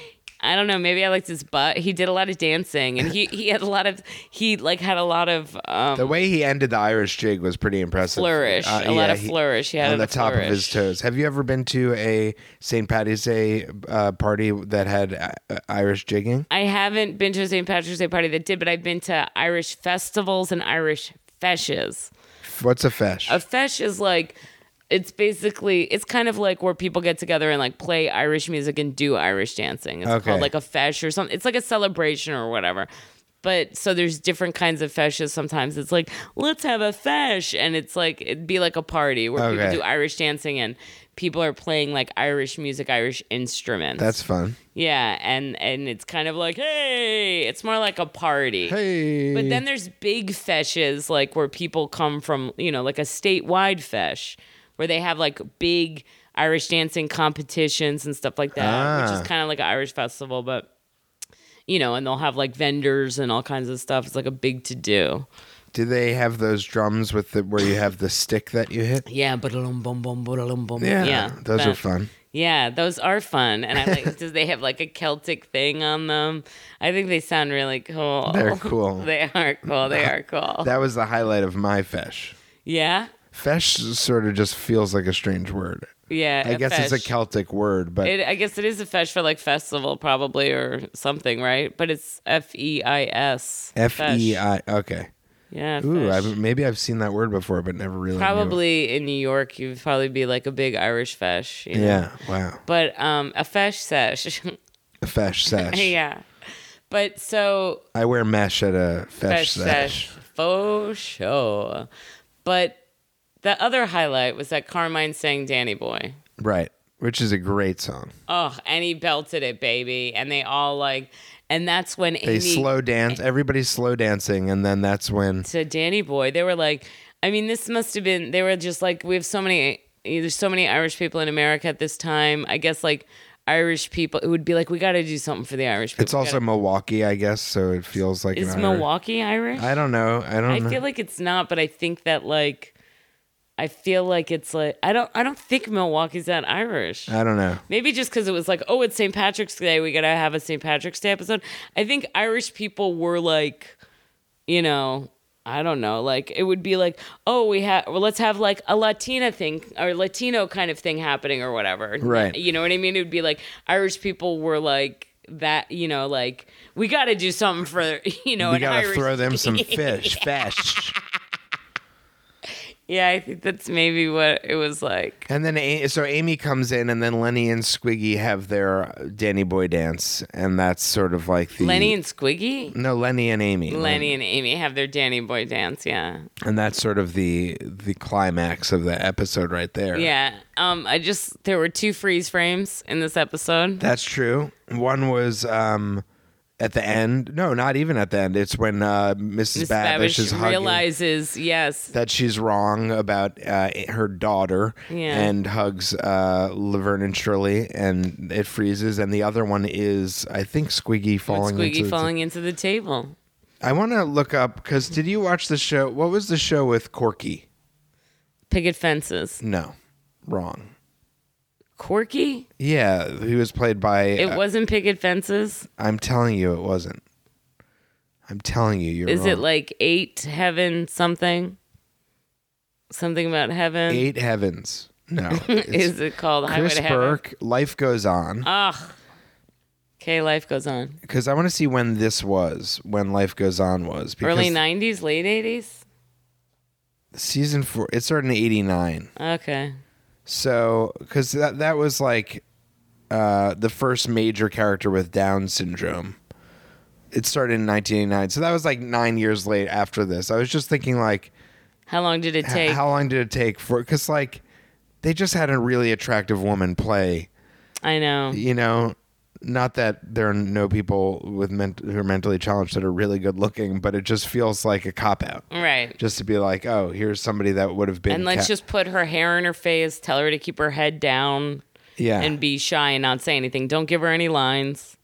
I don't know, maybe I liked his butt. He did a lot of dancing and he he had a lot of he like had a lot of um
the way he ended the irish jig was pretty impressive
flourish.
Uh,
a lot
yeah,
of
he-
flourish. He had
on the
a
top of his
flourish.
toes. Have you ever been to a St. Patty's Day uh, party that had uh, Irish jigging?
I haven't been to a St. Patrick's Day party that did, but I've been to Irish festivals and Irish feshes.
What's a fesh?
A fesh is like it's basically it's kind of like where people get together and like play Irish music and do Irish dancing. It's
Okay.
called like a fesh or something. It's like a celebration or whatever. But so there's different kinds of feshes. Sometimes it's like let's have a fesh, and it's like it'd be like a party where
Okay.
people do Irish dancing and people are playing like Irish music, Irish instruments.
That's fun.
yeah, and and it's kind of like hey, it's more like a party.
Hey.
But then there's big feshes, like where people come from, you know, like a statewide fesh, where they have like big Irish dancing competitions and stuff like that, which
Ah.
is kind of like an Irish festival, but you know, and they'll have like vendors and all kinds of stuff. It's like a big to do.
Do they have those drums with the where you have the stick that you hit?
Yeah, but bum bum bum bum.
Yeah,
yeah,
those are
that-
fun.
Yeah, those are fun, and I like. does they have like a Celtic thing on them? I think they sound really cool.
They're cool.
they are cool. They are cool.
That was the highlight of my fesh.
yeah.
Fesh sort of just feels like a strange word.
Yeah,
I
a
guess it's a
fesh.
Celtic word, but
It, I guess it is a fesh for like festival probably or something, right? But it's F E I S.
F E I. Okay.
Yeah.
Ooh,
fesh.
I've, maybe I've seen that word before, but never really. knew it.
probably in New York, you'd probably be like a big Irish fesh. you know?
Yeah. Wow.
But um, a fesh sesh.
A fesh sesh.
yeah. But so
I wear mesh at a fesh,
fesh
sesh.
sesh for sure. But the other highlight was that Carmine sang Danny Boy.
Right. Which is a great song.
Oh, and he belted it, baby. And they all like, and that's when
They
Amy,
slow dance. Everybody's slow dancing, and then that's when
to Danny Boy, they were like, I mean, this must have been, they were just like, we have so many, there's so many Irish people in America at this time. I guess like Irish people, it would be like, we got to do something for the Irish people.
it's also
We
Milwaukee, I guess. So it feels like
gotta- is
an Irish-
Milwaukee Irish?
I don't know. I don't
I
know.
feel like it's not, but I think that like, I feel like it's like, I don't, I don't think Milwaukee's that Irish.
I don't know.
Maybe just because it was like, oh, it's St. Patrick's Day. We got to have a St. Patrick's Day episode. I think Irish people were like, you know, I don't know. Like, it would be like, oh, we have, well, let's have like a Latina thing or Latino kind of thing happening or whatever.
Right.
You know what I mean? It would be like Irish people were like, that you know, like we got to do something for you know
We
an
gotta
Irish
throw them some fish. Fesh.
Yeah, I think that's maybe what it was like.
And then A- so Amy comes in, and then Lenny and Squiggy have their Danny Boy dance, and that's sort of like the
Lenny and Squiggy?
no Lenny and Amy,
Lenny and Amy have their Danny Boy dance, yeah.
and that's sort of the the climax of the episode right there.
Yeah. Um I just there were two freeze frames in this episode.
that's true. One was um at the end. No, not even at the end. It's when uh, Mrs.
Miss
Babish,
Babish,
is hugging.
realizes, yes,
that she's wrong about uh, her daughter
Yeah.
and hugs uh, Laverne and Shirley and it freezes. And the other one is, I think, Squiggy falling.
Squiggy
into the-
falling into the table.
I want to look up because did you watch the show? What was the show with Corky?
Picket fences.
No, wrong.
Corky?
Yeah, he was played by. uh,
It wasn't picket fences.
I'm telling you, it wasn't. I'm telling you, you're
Is
wrong.
it like eight heaven something? Something about heaven?
Eight Heavens? No, it's
Is it called Highway
Chris
to Heaven?
Burke. Life goes on.
Ugh. Okay, life goes on.
because I want to see when this was, when Life Goes On was. Because
Early '90s, late '80s.
Season four, it started in '89.
Okay.
So, because that that was like uh, the first major character with Down syndrome. It started in 1989, so that was like nine years late after this. I was just thinking, like,
How long did it
h-
take?
how long did it take for? Because like, they just had a really attractive woman play.
I know.
You know, not that there are no people with ment- who are mentally challenged that are really good looking, but it just feels like a cop out.
Right.
just to be like, oh, here's somebody that would have been.
Mm. and let's
ca-
just put her hair in her face, tell her to keep her head down
yeah,
and be shy and not say anything. Don't give her any lines.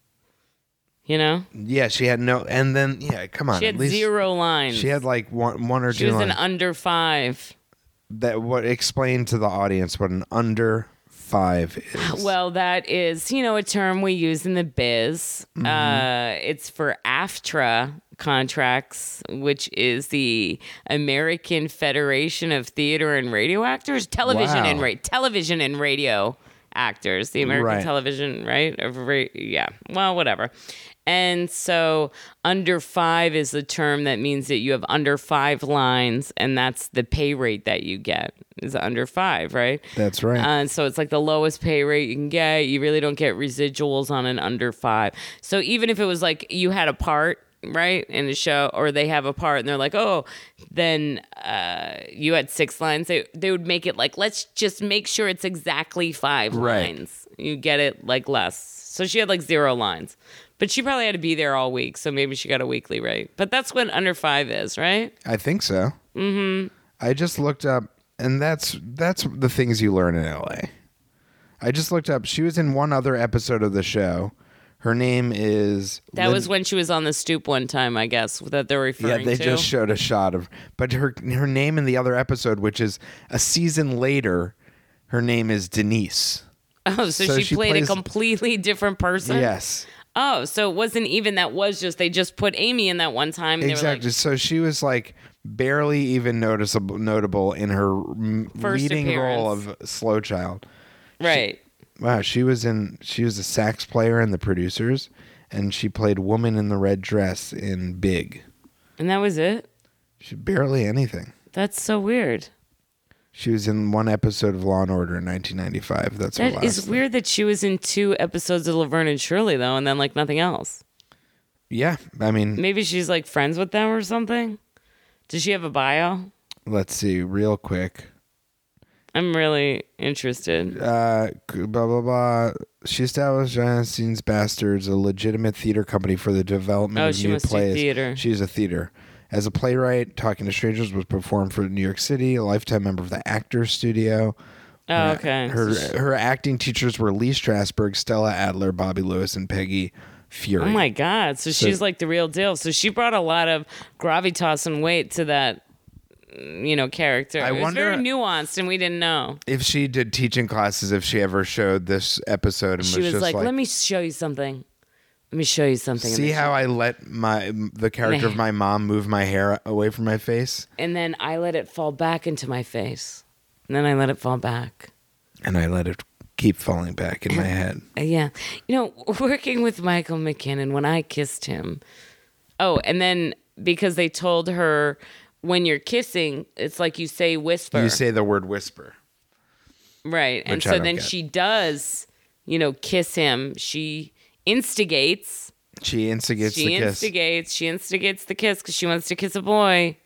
You know?
yeah. She had no, and then yeah, come on,
She had
at least
zero lines.
She had like one, one or
She
two
was an
lines
under five.
that what explained to the audience what an under five is.
Well, that is, you know, a term we use in the biz.
Mm-hmm.
Uh, it's for AFTRA contracts, which is the American Federation of Theater and Radio Actors, television and
Wow.
ra- television and radio actors, the American
Right.
television, right? Of ra- yeah. Well, whatever. And so under 5 is the term that means that you have under 5 lines and that's the pay rate that you get is under 5, right?
That's right.
Uh, so it's like the lowest pay rate you can get. You really don't get residuals on an under five. So even if it was like you had a part, right, in the show, or they have a part and they're like, oh, then uh, you had six lines, they, they would make it like, let's just make sure it's exactly five
Right.
lines. You get it like less. So she had like zero lines. But she probably had to be there all week. So maybe she got a weekly rate. But that's what under five is, right?
I think so. Mm-hmm. I just looked up, and that's that's the things you learn in L.A. I just looked up. She was in one other episode of the show. Her name is
That
Lin-
was when she was on the stoop one time, I guess, that they're referring
Yeah, they
to.
just showed a shot of, but her her name in the other episode, which is a season later, her name is Denise.
Oh, so,
So
she,
she
played
plays-
a completely different person?
Yes,
Oh, so it wasn't even that was just they just put Amy in that one time. And
exactly.
They
so she was like barely even noticeable, notable in her m-
First
leading role
appearance.
of Slow Child.
were like, right.
Wow, she was in. She was a sax player in The Producers, and she played Woman in the Red Dress in Big.
And that was it?
She barely anything.
That's so weird.
She was in one episode of Law and Order in 1995. That's her
That
last
is
thing.
weird that she was in two episodes of Laverne and Shirley though, and then like nothing else.
Yeah, I mean,
Maybe she's like friends with them or something. Does she have a bio?
let's see real quick
I'm really interested.
uh c- blah blah blah she established Einstein's Bastards a legitimate theater company for the development
Oh,
of
she
new
must do
plays
theater.
she's a theater as a playwright talking to strangers was performed for New York City a lifetime member of the Actors Studio
Oh, okay.
her her acting teachers were Lee Strasberg Stella Adler Bobby Lewis and Peggy Fury
Oh my god! So, she's like the real deal. So she brought a lot of gravitas and weight to that, mm, you know, character.
I
it was
wonder-
very nuanced, and we didn't know.
if she did teaching classes if she ever showed this episode and
She was
just
like, "Let me show you something. Let me show you something."
See
and, then,
how I let my the character of my mom move my hair away from my face,
and then I let it fall back into my face, and then I let it fall back.
and I let it keep falling back in my head.
Uh, yeah, you know, working with Michael McKinnon when I kissed him. Oh, and then because they told her when you're kissing, it's like you say whisper.
You say the word whisper.
Right. And
Which I
so
don't
then
get.
she does, you know, kiss him. She instigates.
She instigates
she
the kiss.
instigates. She instigates the kiss because she wants to kiss a boy.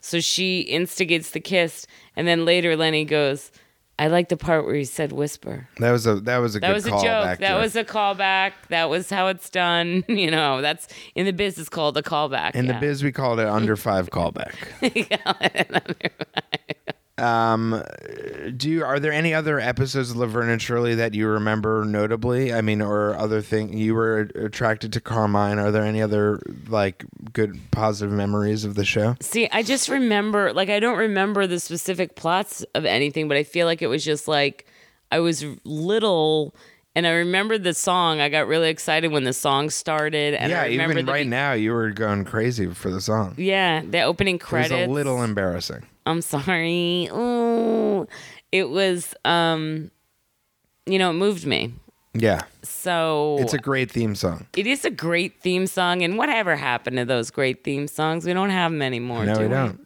So she instigates the kiss. And then later Lenny goes, I like the part where he said whisper.
that was a that was a
That
good
was a
call
joke.
back
That
there.
was a callback. That was how it's done. You know, that's in the biz it's called a callback.
In
yeah.
the biz, we called it under five callback. um, do you, are there any other episodes of Laverne and Shirley that you remember notably? I mean, or other thing you were attracted to Carmine? Are there any other like good positive memories of the show?
See, I just remember, like, I don't remember the specific plots of anything, but I feel like it was just like I was little and I remembered the song. I got really excited when the song started. And
yeah,
I remember
even
the
right
be-
now, you were going crazy for the song.
Yeah, the opening
It was
credits.
a little embarrassing.
I'm sorry. Ooh. It was, um, you know, it moved me.
Yeah,
So
it's a great theme song.
it is a great theme song. And whatever happened to those great theme songs? We don't have them anymore.
No,
do
we don't.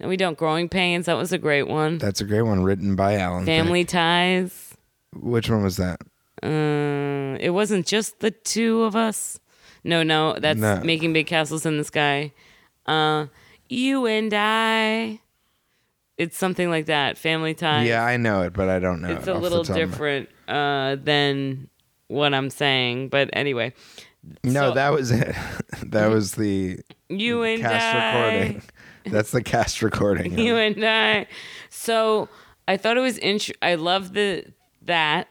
No, we don't. Growing Pains. That was a great one.
That's a great one, written by Alan. Thicke.
Family Ties.
Which one was that?
Uh, it wasn't just the two of us. No, no, that's
No.
making big castles in the sky. Uh, you and I. It's something like that. Family Ties.
Yeah, I know it, but I don't know.
it's
it
a
off the
little
top of my-
different uh, than what I'm saying, but anyway,
No,
So-
that was it. that was the
you and
Mm, cast
I.
recording. That's the cast recording.
you and I. So I thought it was int- I love the that.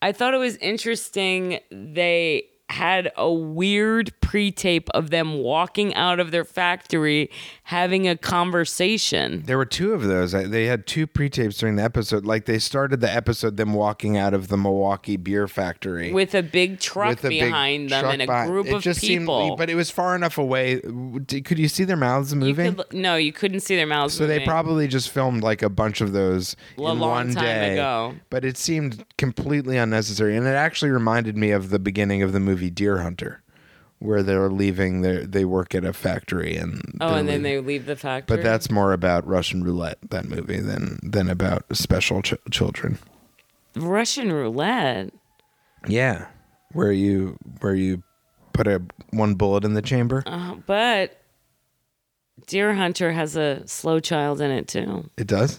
I thought it was interesting. They had a weird pre-tape of them walking out of their factory, having a conversation.
there were two of those. I- They had two pre-tapes during the episode. Like they started the episode them walking out of the Milwaukee beer factory
With a big truck
with a big
behind them
truck
and a
behind-
group
it
of
just seemed-
people.
but it was far enough away. Did- Could you see their mouths
You
moving?
could- no, you couldn't see their mouths.
so they
moving.
probably just filmed like a bunch of those
Well, a
in
long
one
time
day.
ago.
But it seemed completely unnecessary, and it actually reminded me of the beginning of the movie Deer Hunter, where they're leaving. They they work at a factory, and
Oh,
they're
and
leaving.
then they leave the factory.
But that's more about Russian roulette that movie than than about special ch- children.
Russian roulette.
Yeah, where you where you put a one bullet in the chamber.
Uh, but Deer Hunter has a slow child in it too.
It does.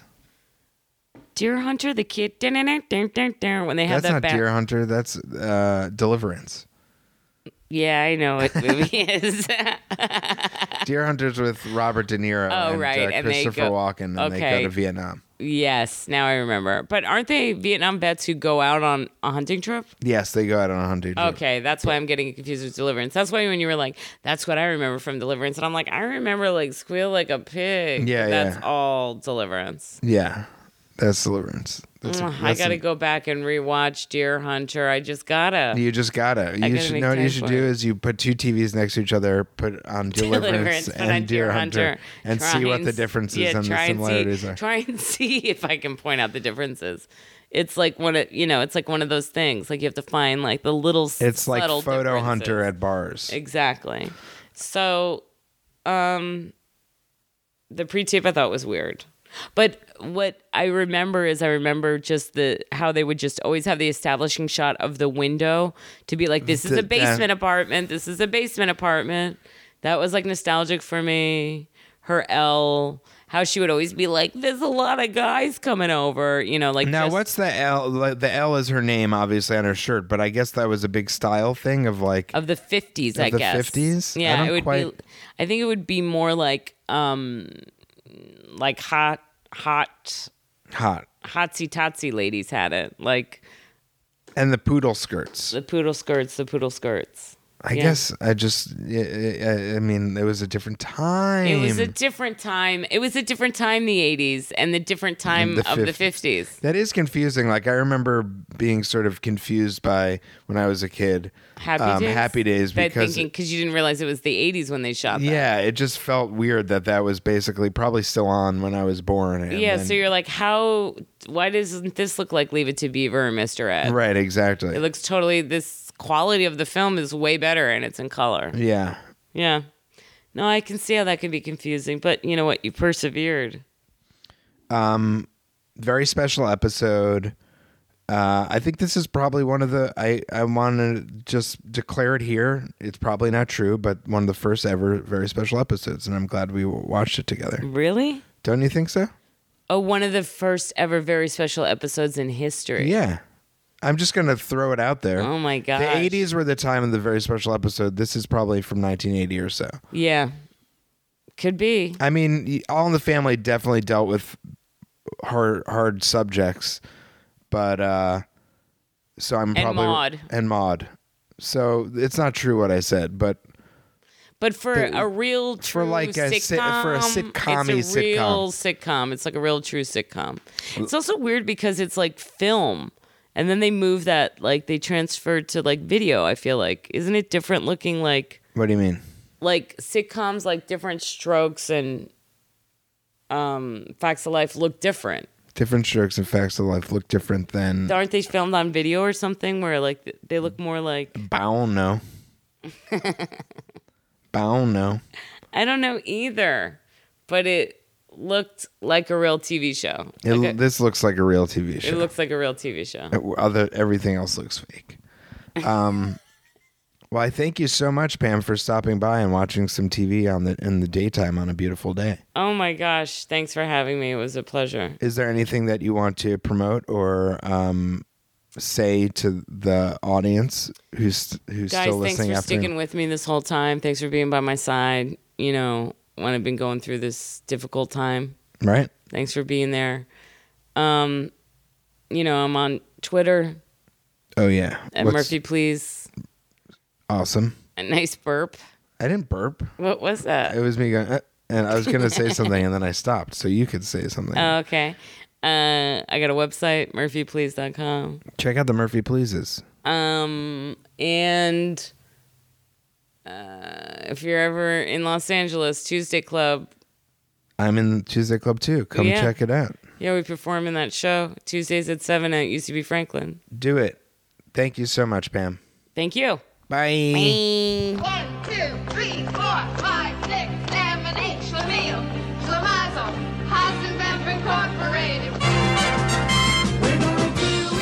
Deer Hunter, the kid, dun, dun, dun, dun, dun, dun, when they have
That's not
that back.
Deer Hunter. That's uh, Deliverance.
Yeah, I know what movie it is.
Deer Hunters with Robert De Niro
Oh,
and,
right,
uh,
and they
Christopher
go-
Walken, and they
okay.
go to Vietnam.
yes, now I remember. But aren't they Vietnam vets who go out on a hunting trip?
Yes, they go out on a hunting trip.
Okay, that's why I'm getting confused with Deliverance. That's why when you were like, "That's what I remember from Deliverance," and I'm like, "I remember like squeal like a pig."
Yeah,
that's
yeah.
all Deliverance.
Yeah, that's Deliverance. That's a-
Ugh, I
that's a-
gotta go back and rewatch Deer Hunter. I just gotta.
You just gotta. You
gotta
should
make
know what you
time
should
for
do
it.
is you put two TVs next to each other, put on Deliverance,
Deliverance
and Deer Hunter, and see
Try
what the
s-
differences
yeah,
and the
try see-
similarities are.
Try and see if I can point out the differences. It's like one of you know, it's like one of those things. Like you have to find like the little. s-
It's like
subtle
Photo Hunter
differences.
at bars.
exactly. So, um, the pre-tape I thought was weird, but what I remember is I remember just the how they would just always have the establishing shot of the window to be like, this is
The-
a
that-
basement apartment. This is a basement apartment. That was like nostalgic for me. Her L, how she would always be like, there's a lot of guys coming over. You know, like
Now,
just-
what's the L? like, The L is her name, obviously, on her shirt, but I guess that was a big style thing of like.
of the 50s i
the
guess
50s? I
yeah
don't
it would
quite-
be i think it would be more like um like hot hot
Hot.
hotsy totsy ladies had it like
And the poodle skirts.
the poodle skirts the poodle skirts
I
yeah.
guess I just, I, I, I mean, it was a different time.
it was a different time it was a different time the 80s and the different time
The
of the
50s.
50s
That is confusing. Like I remember being sort of confused by when I was a kid.
happy
um,
days
Happy days
That
because
thinking because you didn't realize it was the 80s when they shot that.
yeah, it just felt weird that that was basically probably still on when I was born. and
yeah
then-
so you're like how why doesn't this look like leave it to beaver or mr ed
right, exactly.
It looks totally. This quality of the film is way better, and it's in color.
yeah,
Yeah. No, I can see how that can be confusing, but you know what? You persevered.
very special episode. Uh, I think this is probably one of the I I want to just declare it here. It's probably not true, but one of the first ever very special episodes, and I'm glad we watched it together.
Really?
Don't you think so?
Oh, one of the first ever very special episodes in history.
Yeah. I'm just gonna throw it out there.
Oh my
The
god.
80s were the time of the very special episode. This is probably from 1980 or so.
Yeah. Could be.
I mean, y- All in the Family definitely dealt with hard hard subjects, but uh so I'm probably
Maude.
and Maud. So it's not true what I said, but
But for
But-
a real true
like a sit-
sitcom,
for a sitcom-y
it's a real sitcom. It's like a real true sitcom. It's also weird because it's like film, and then they move that like they transferred to like video. I feel like isn't it different looking like
what do you mean?
like sitcoms like different strokes and um facts of life look different.
Different strokes and facts of life look different than
Aren't they filmed on video or something where like they look more like
bow no. bow no.
I don't know either, but it looked like a real TV show.
It,
Like a-
This looks like a real TV show.
It looks like a real TV show.
other everything else looks fake. Um, well, I thank you so much, Pam, for stopping by and watching some TV on the in the daytime on a beautiful day.
Oh my gosh. Thanks for having me. It was a pleasure.
Is there anything that you want to promote or um, say to the audience who's who's
Guys,
still
thanks
listening
for
after?
sticking with me this whole time. Thanks for being by my side, you know, when I've been going through this difficult time.
right?
Thanks for being there. Um, you know, I'm on Twitter
Oh yeah,
at
What's-
Murphy Please.
Awesome.
A nice burp.
I didn't burp.
What was
It
that?
was me going, uh, and I was going to say something, and then I stopped, so you could say something.
Oh, okay. Uh, I got a website, murphyplease.com.
Check out the Murphy Pleases.
Um, and uh, if you're ever in Los Angeles, Tuesday Club,
I'm in Tuesday Club too. Come
Yeah.
check it out.
yeah, we perform in that show Tuesdays at 7 at UCB Franklin.
Do it. Thank you so much, Pam.
Thank you.
Bye.
One, two, three, four, five, six, seven, eight. Schlemiel, Schlemazel, Heisenberg Incorporated.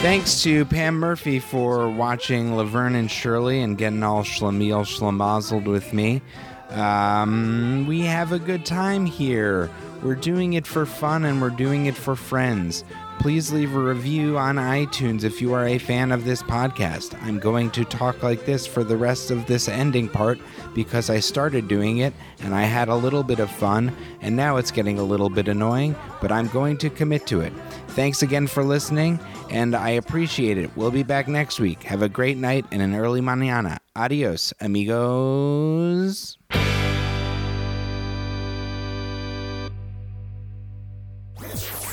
Thanks to Pam Murphy for watching Laverne and Shirley and getting all schlemiel schlemazzled with me. Um, we have a good time here. We're doing it for fun and we're doing it for friends. Please leave a review on iTunes if you are a fan of this podcast. I'm going to talk like this for the rest of this ending part because I started doing it and I had a little bit of fun and now it's getting a little bit annoying, but I'm going to commit to it. Thanks again for listening, and I appreciate it. We'll be back next week. Have a great night and an early mañana. Adios, amigos.